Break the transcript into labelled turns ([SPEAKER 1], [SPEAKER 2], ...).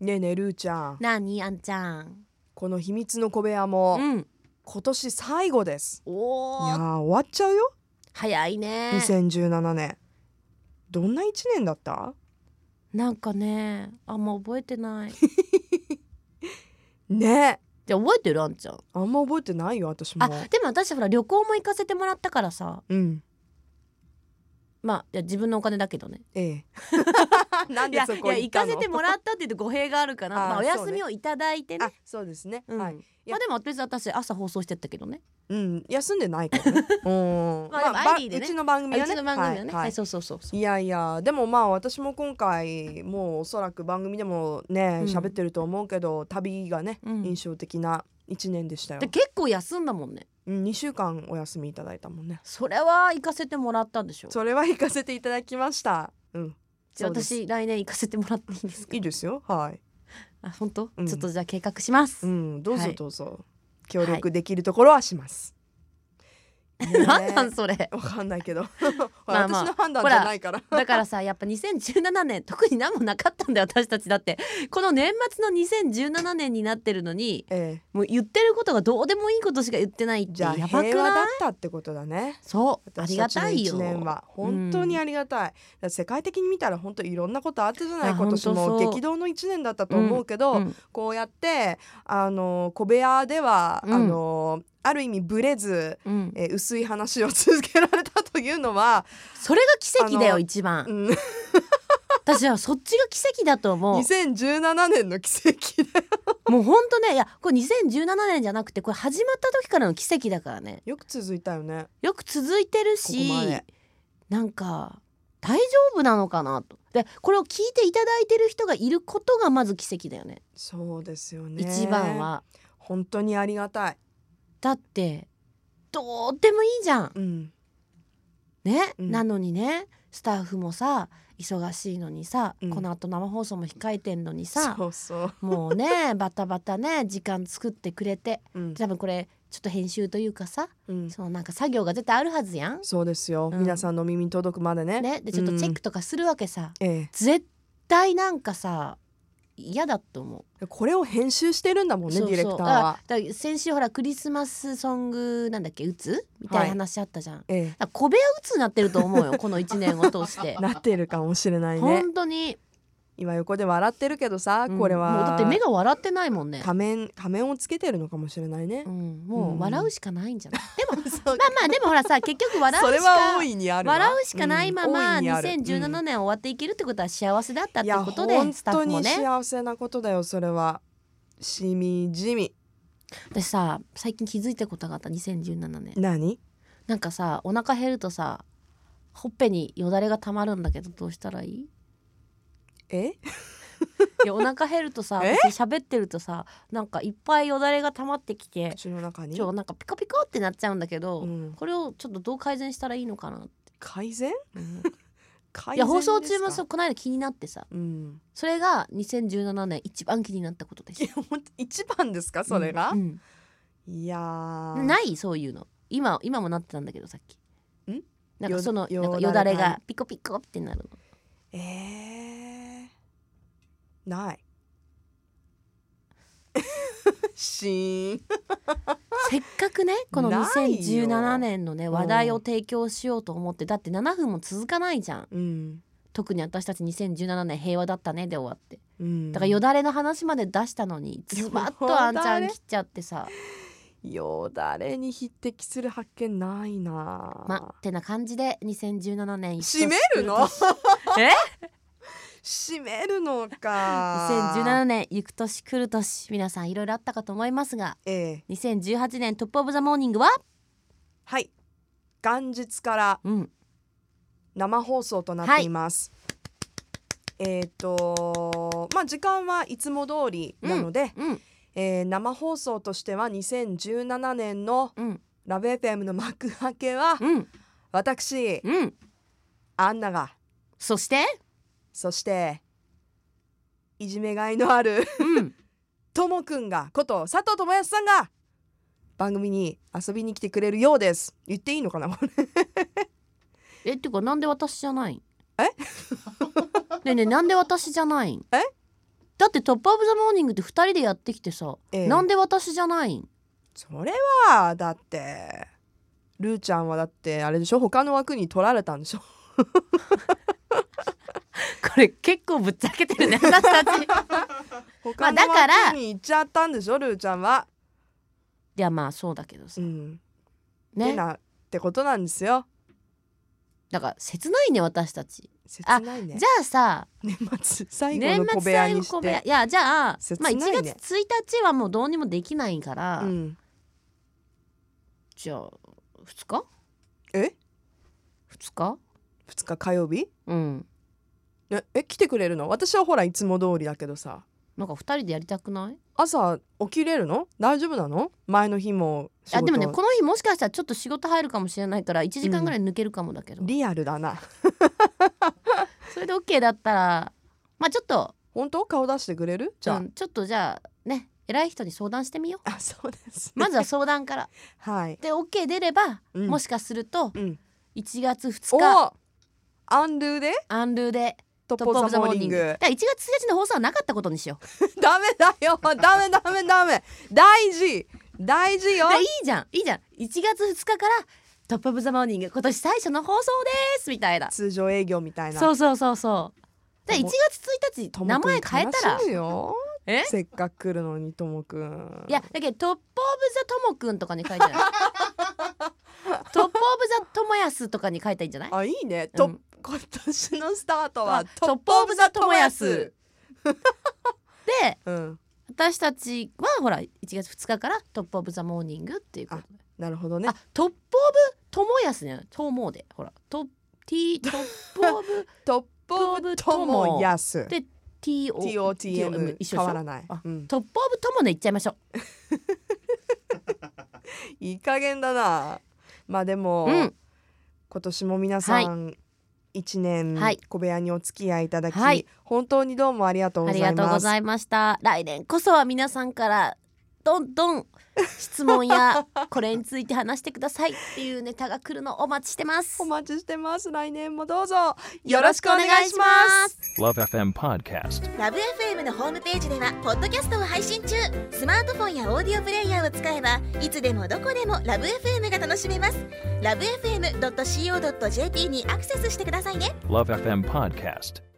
[SPEAKER 1] ねえねえルーちゃん
[SPEAKER 2] なにあんちゃん
[SPEAKER 1] この秘密の小部屋も
[SPEAKER 2] うん
[SPEAKER 1] 今年最後ですい
[SPEAKER 2] お
[SPEAKER 1] や
[SPEAKER 2] ー
[SPEAKER 1] ー終わっちゃうよ
[SPEAKER 2] 早いね
[SPEAKER 1] 2017年どんな1年だった
[SPEAKER 2] なんかねあんま覚えてない
[SPEAKER 1] ねえ
[SPEAKER 2] じゃあ覚えてるあんちゃん
[SPEAKER 1] あんま覚えてないよ私も
[SPEAKER 2] あでも私ほら旅行も行かせてもらったからさ
[SPEAKER 1] うん
[SPEAKER 2] まあいや自分のお金だけどね
[SPEAKER 1] ええなんでそこ行ったの
[SPEAKER 2] いやいや行かせてもらったって言って語弊があるかな
[SPEAKER 1] あー
[SPEAKER 2] まあ、お
[SPEAKER 1] そう
[SPEAKER 2] 休
[SPEAKER 1] ね
[SPEAKER 2] みをいただいてね
[SPEAKER 1] あそうですね、
[SPEAKER 2] うん
[SPEAKER 1] はい
[SPEAKER 2] まあでも別に私朝放送してたけどね
[SPEAKER 1] うん休んでない からねうん
[SPEAKER 2] まあ
[SPEAKER 1] まあ
[SPEAKER 2] バラエティで
[SPEAKER 1] ばう
[SPEAKER 2] ね
[SPEAKER 1] ちの番組
[SPEAKER 2] あ
[SPEAKER 1] は
[SPEAKER 2] う
[SPEAKER 1] ね
[SPEAKER 2] ちの番組はね、はい
[SPEAKER 1] はい
[SPEAKER 2] そうそうそうそう
[SPEAKER 1] いやいやでもまあ私も今回もうおそらく番組でもね
[SPEAKER 2] うん
[SPEAKER 1] 喋、ってると思うけど旅がね、
[SPEAKER 2] うん
[SPEAKER 1] 印象的な1年でしたよ
[SPEAKER 2] で、結構休んだもんね
[SPEAKER 1] うん、2週間お休みいただいたもんね
[SPEAKER 2] それは行かせてもらったんでしょ
[SPEAKER 1] それは行かせていただきましたうん
[SPEAKER 2] じゃあ
[SPEAKER 1] そうです
[SPEAKER 2] 私来年行かせてもらっていいですか
[SPEAKER 1] いいですよはい
[SPEAKER 2] あ本当、
[SPEAKER 1] うん
[SPEAKER 2] ちょっとじゃあ計画します、
[SPEAKER 1] うんどう
[SPEAKER 2] は
[SPEAKER 1] ぞ
[SPEAKER 2] い
[SPEAKER 1] どうぞ、協力できるところはします、ね え
[SPEAKER 2] なんなんそれ
[SPEAKER 1] わかんないけど
[SPEAKER 2] まあまあ
[SPEAKER 1] 私の判断じゃないから
[SPEAKER 2] だからさやっぱ2017年特に何もなかったんだよ私たちだってこの年末の2017年になってるのに
[SPEAKER 1] ええ
[SPEAKER 2] もう言ってることがどうでもいいことしか言ってないって
[SPEAKER 1] じゃあ
[SPEAKER 2] やばく
[SPEAKER 1] 平和だ
[SPEAKER 2] な
[SPEAKER 1] っ
[SPEAKER 2] い
[SPEAKER 1] たってことだね
[SPEAKER 2] そうあり
[SPEAKER 1] 私
[SPEAKER 2] が
[SPEAKER 1] たちの
[SPEAKER 2] たいよ
[SPEAKER 1] 1年は本当にありがたい、だから世界的に見たら本当いろんなことあったじゃないい
[SPEAKER 2] や
[SPEAKER 1] 今年
[SPEAKER 2] 本当
[SPEAKER 1] も
[SPEAKER 2] そう
[SPEAKER 1] 激動の1年だったと思うけど、
[SPEAKER 2] うん
[SPEAKER 1] こうやってあの小部屋では、
[SPEAKER 2] うん
[SPEAKER 1] あのある意味ブレず、
[SPEAKER 2] うん
[SPEAKER 1] えー薄い話を続けられたというのは、
[SPEAKER 2] それが奇跡だ
[SPEAKER 1] あ
[SPEAKER 2] よ
[SPEAKER 1] の
[SPEAKER 2] 一番
[SPEAKER 1] うん、
[SPEAKER 2] 私はそっちが奇跡だと思
[SPEAKER 1] 2017年の奇跡で
[SPEAKER 2] うもうほんとねいやこれ2017年じゃなくてこれ始まった時からの奇跡だからね
[SPEAKER 1] よく続いたよね
[SPEAKER 2] よく続いてる
[SPEAKER 1] ここ
[SPEAKER 2] し
[SPEAKER 1] まで
[SPEAKER 2] なんか大丈夫なのかなとでこれを聞いていただいてる人がいることがまず奇跡だよね
[SPEAKER 1] そうですよね
[SPEAKER 2] 一番は
[SPEAKER 1] 本当にありがたい、
[SPEAKER 2] だってどうでもいいじゃん
[SPEAKER 1] うん、
[SPEAKER 2] ね、
[SPEAKER 1] うん
[SPEAKER 2] なのにねスタッフもさ忙しいのにさ、
[SPEAKER 1] うん
[SPEAKER 2] この後生放送も控えてんのにさ
[SPEAKER 1] そうそう、
[SPEAKER 2] もうね バタバタね時間作ってくれて
[SPEAKER 1] うん
[SPEAKER 2] 多分これちょっと編集というかさ
[SPEAKER 1] うん、
[SPEAKER 2] そのなんか作業が絶対あるはずやん。
[SPEAKER 1] そうですよ、
[SPEAKER 2] うん
[SPEAKER 1] 皆さんの耳に届くまでね
[SPEAKER 2] ね、でちょっとチェックとかするわけさ、
[SPEAKER 1] うんえ
[SPEAKER 2] 絶対なんかさ嫌だと思う。
[SPEAKER 1] えこれを編集してるんだもんね
[SPEAKER 2] そうそう
[SPEAKER 1] ディレクター
[SPEAKER 2] だ
[SPEAKER 1] は
[SPEAKER 2] か。らだから先週ほらクリスマスソングなんだっけ「うつ」みたいな話あったじゃん。だか
[SPEAKER 1] え
[SPEAKER 2] ら小部屋うつになってると思うよこの1年を通し
[SPEAKER 1] え、。
[SPEAKER 2] て
[SPEAKER 1] なってるかもしれないね
[SPEAKER 2] 本当に、
[SPEAKER 1] 今横で笑ってるけどさ、
[SPEAKER 2] うん
[SPEAKER 1] これ
[SPEAKER 2] もうだ
[SPEAKER 1] は
[SPEAKER 2] って目が笑ってないもんね。
[SPEAKER 1] 仮面仮面をつけてるのかもしれないね
[SPEAKER 2] う、ん、もう笑うしかないんじゃない、 でも
[SPEAKER 1] そう
[SPEAKER 2] まあまあでもほらさ結局笑
[SPEAKER 1] そうれ
[SPEAKER 2] しか
[SPEAKER 1] は大いにあるわ
[SPEAKER 2] 笑うしかないまま
[SPEAKER 1] うん大いにある
[SPEAKER 2] 2017年終わっていけるってことは幸せだったっ
[SPEAKER 1] い
[SPEAKER 2] て
[SPEAKER 1] や
[SPEAKER 2] ことで
[SPEAKER 1] 本
[SPEAKER 2] スタッ
[SPEAKER 1] 当
[SPEAKER 2] フも
[SPEAKER 1] に
[SPEAKER 2] ね
[SPEAKER 1] 幸せなことだよそれはしみじみ
[SPEAKER 2] 私さ最近気づいたことがあった2017年
[SPEAKER 1] 何
[SPEAKER 2] なんかさお腹減るとさほっぺによだれがたまるんだけどどうしたらいい
[SPEAKER 1] え
[SPEAKER 2] いやお腹減るとさ
[SPEAKER 1] え
[SPEAKER 2] 私喋ってるとさなんかいっぱいよだれが溜まってきて
[SPEAKER 1] 口の中に
[SPEAKER 2] ちょなんかピカピカってなっちゃうんだけど、
[SPEAKER 1] うん
[SPEAKER 2] これをちょっとどう改善したらいいのかなって、
[SPEAKER 1] 改善
[SPEAKER 2] い
[SPEAKER 1] 改善
[SPEAKER 2] や放送中も
[SPEAKER 1] です
[SPEAKER 2] そう
[SPEAKER 1] か
[SPEAKER 2] この間気になってさ
[SPEAKER 1] うん
[SPEAKER 2] それが2017年一番気になったことです
[SPEAKER 1] いや本当一番ですかそれが、
[SPEAKER 2] うん
[SPEAKER 1] いや
[SPEAKER 2] う
[SPEAKER 1] ー
[SPEAKER 2] んないそういうの今今もなってたんだけどさっき
[SPEAKER 1] ん
[SPEAKER 2] なんか
[SPEAKER 1] よ
[SPEAKER 2] その
[SPEAKER 1] よ
[SPEAKER 2] なんか
[SPEAKER 1] よ
[SPEAKER 2] よ
[SPEAKER 1] だ
[SPEAKER 2] だ
[SPEAKER 1] れ
[SPEAKER 2] れ
[SPEAKER 1] が
[SPEAKER 2] がピコピコって なるの
[SPEAKER 1] えー、 ないしーん
[SPEAKER 2] せっかくねこの
[SPEAKER 1] ないよ
[SPEAKER 2] 2017年のね
[SPEAKER 1] うん
[SPEAKER 2] 話題を提供しようと思ってだって7分も続かないじゃん
[SPEAKER 1] うん
[SPEAKER 2] 特に私たち2017年平和だったねで終わって
[SPEAKER 1] うん
[SPEAKER 2] だからよだれの話まで出したのにズバッとあんちゃん切っちゃってさ
[SPEAKER 1] よだれに匹敵する発見ないな
[SPEAKER 2] まってな感じで2017年
[SPEAKER 1] 閉めるの
[SPEAKER 2] え
[SPEAKER 1] 閉めるのか
[SPEAKER 2] 2017年行く年来る年皆さんいろいろあったかと思いますが
[SPEAKER 1] ええ
[SPEAKER 2] 2018年トップオブザモーニングは
[SPEAKER 1] はい元日から
[SPEAKER 2] うん
[SPEAKER 1] 生放送となっています、えっ、とまあ時間はいつも通りなので、
[SPEAKER 2] うん
[SPEAKER 1] えー生放送としては2017年の
[SPEAKER 2] うん
[SPEAKER 1] ラブ FM の幕開けは
[SPEAKER 2] うん
[SPEAKER 1] 私
[SPEAKER 2] うん
[SPEAKER 1] アンナが
[SPEAKER 2] そして
[SPEAKER 1] そしていじめがいのある
[SPEAKER 2] うん
[SPEAKER 1] ともくんがこと佐藤智康さんが番組に遊びに来てくれるようです言っていいのかな
[SPEAKER 2] えってかなんで私じゃないえねえねえなんで私じゃないん
[SPEAKER 1] え
[SPEAKER 2] だって「トップ・オブ・ザ・モーニング」って2人でやってきてさ、
[SPEAKER 1] ええ
[SPEAKER 2] なんで私じゃないん
[SPEAKER 1] それはだってルーちゃんはだってあれでしょ他の枠に取られたんで しょ
[SPEAKER 2] これ結構ぶっちゃけてる ね私たち
[SPEAKER 1] 他の
[SPEAKER 2] だから
[SPEAKER 1] 枠に行っちゃったんでしょルーちゃんは。
[SPEAKER 2] いやまあそうだけど
[SPEAKER 1] う
[SPEAKER 2] さ、
[SPEAKER 1] ん、って
[SPEAKER 2] ね
[SPEAKER 1] なってことなんですよ。
[SPEAKER 2] だから切ないね私たち、
[SPEAKER 1] 切ないね
[SPEAKER 2] じ。ゃあさ
[SPEAKER 1] 年末最後
[SPEAKER 2] 年
[SPEAKER 1] の小
[SPEAKER 2] 末
[SPEAKER 1] 部屋
[SPEAKER 2] 最後
[SPEAKER 1] にし
[SPEAKER 2] 小部屋
[SPEAKER 1] て。
[SPEAKER 2] いやじゃあ、
[SPEAKER 1] 切
[SPEAKER 2] ま
[SPEAKER 1] な
[SPEAKER 2] あ
[SPEAKER 1] い
[SPEAKER 2] 1
[SPEAKER 1] ね
[SPEAKER 2] 月1日はもうどうにもできないから、
[SPEAKER 1] うん、
[SPEAKER 2] じゃあ2日
[SPEAKER 1] え
[SPEAKER 2] 2日
[SPEAKER 1] 2日火曜日
[SPEAKER 2] うん
[SPEAKER 1] ええ来てくれるの私はほらいつも通りだけどさ
[SPEAKER 2] なんか2人でやりたくない
[SPEAKER 1] 朝起きれるの大丈夫なの前の日も仕
[SPEAKER 2] あ
[SPEAKER 1] 事
[SPEAKER 2] でもねこの日もしかしたらちょっと仕事入るかもしれないから1時間ぐらい抜けるかもだけど、
[SPEAKER 1] リアルだ な
[SPEAKER 2] それで OK だったらまあちょっと
[SPEAKER 1] 本当顔出してくれるじゃあ、
[SPEAKER 2] うんちょっとじゃあね偉い人に相談してみよう
[SPEAKER 1] あそうです、 ね、
[SPEAKER 2] まずは相談から
[SPEAKER 1] はい、
[SPEAKER 2] で OK 出れば、
[SPEAKER 1] うん
[SPEAKER 2] もしかすると
[SPEAKER 1] うん、
[SPEAKER 2] 1月2日
[SPEAKER 1] おアンドゥで
[SPEAKER 2] アンルーで
[SPEAKER 1] ト
[SPEAKER 2] 「ト
[SPEAKER 1] ッ
[SPEAKER 2] ップ・
[SPEAKER 1] プ・
[SPEAKER 2] オ
[SPEAKER 1] オ
[SPEAKER 2] ブ・
[SPEAKER 1] ブ・
[SPEAKER 2] ザ・
[SPEAKER 1] ザ・
[SPEAKER 2] モ
[SPEAKER 1] モ
[SPEAKER 2] ー
[SPEAKER 1] ー
[SPEAKER 2] ニ
[SPEAKER 1] ニ
[SPEAKER 2] ン
[SPEAKER 1] ン
[SPEAKER 2] グ」
[SPEAKER 1] グ
[SPEAKER 2] だから1月1日の放送はなかったことにしよう
[SPEAKER 1] ダメだよダメダメダメ大事大事よ
[SPEAKER 2] いやいいじゃんいいじゃん1月2日から「トップ・オブ・ザ・モーニング」今年最初の放送ですみたいな
[SPEAKER 1] 通常営業みたいな
[SPEAKER 2] そうそうそうそうだから1月1日
[SPEAKER 1] と
[SPEAKER 2] 名
[SPEAKER 1] もくん
[SPEAKER 2] 前変えたら
[SPEAKER 1] 悲しいよ
[SPEAKER 2] え
[SPEAKER 1] せっかく来るのにともくん
[SPEAKER 2] いやだけどトップ・オブ・ザ・トモくんとかに書いてないトップ・オブ・ザ・トモヤスとかに書いたらいいんじゃない
[SPEAKER 1] あいいね、と
[SPEAKER 2] うん
[SPEAKER 1] 今年のスタートは
[SPEAKER 2] あトップオブザトモヤス
[SPEAKER 1] ス
[SPEAKER 2] で
[SPEAKER 1] うん
[SPEAKER 2] 私たちはほら1月2日から「トップ・オブ・ザ・モーニング」っていうことで
[SPEAKER 1] なるほど
[SPEAKER 2] あ
[SPEAKER 1] ね
[SPEAKER 2] トップ・オブ・トモヤスねトモでほらト T トップ・ オブ
[SPEAKER 1] トップオブともやす
[SPEAKER 2] で TO
[SPEAKER 1] TOTM
[SPEAKER 2] 一緒
[SPEAKER 1] 変わら
[SPEAKER 2] でしょ
[SPEAKER 1] ない
[SPEAKER 2] あ
[SPEAKER 1] うん
[SPEAKER 2] トップ・オブ・トモでいっちゃいましょう
[SPEAKER 1] いい加減だなまあでも、
[SPEAKER 2] うん
[SPEAKER 1] 今年も皆さん一、年
[SPEAKER 2] はい
[SPEAKER 1] 小部屋にお付き合いいただき、
[SPEAKER 2] はい
[SPEAKER 1] 本当にどうもありがとうご
[SPEAKER 2] あ
[SPEAKER 1] ざ
[SPEAKER 2] り
[SPEAKER 1] い
[SPEAKER 2] がとうご
[SPEAKER 1] ます
[SPEAKER 2] ざいました来年こそは皆さんからどんどん質問やこれについて話してくださいっていうネタが来るのをお待ちしてま す
[SPEAKER 1] お待ちしてます来年もどうぞよろしくお願いします
[SPEAKER 3] Love FM Podcast.
[SPEAKER 4] ラブ f m のホームページではポッドキャストを配信中スマートフォンやオーディオプレイヤーを使えばいつでもどこでもラブ f m が楽しめますラブ FM.co.jp にアクセスしてくださいね
[SPEAKER 3] Love FM Podcast.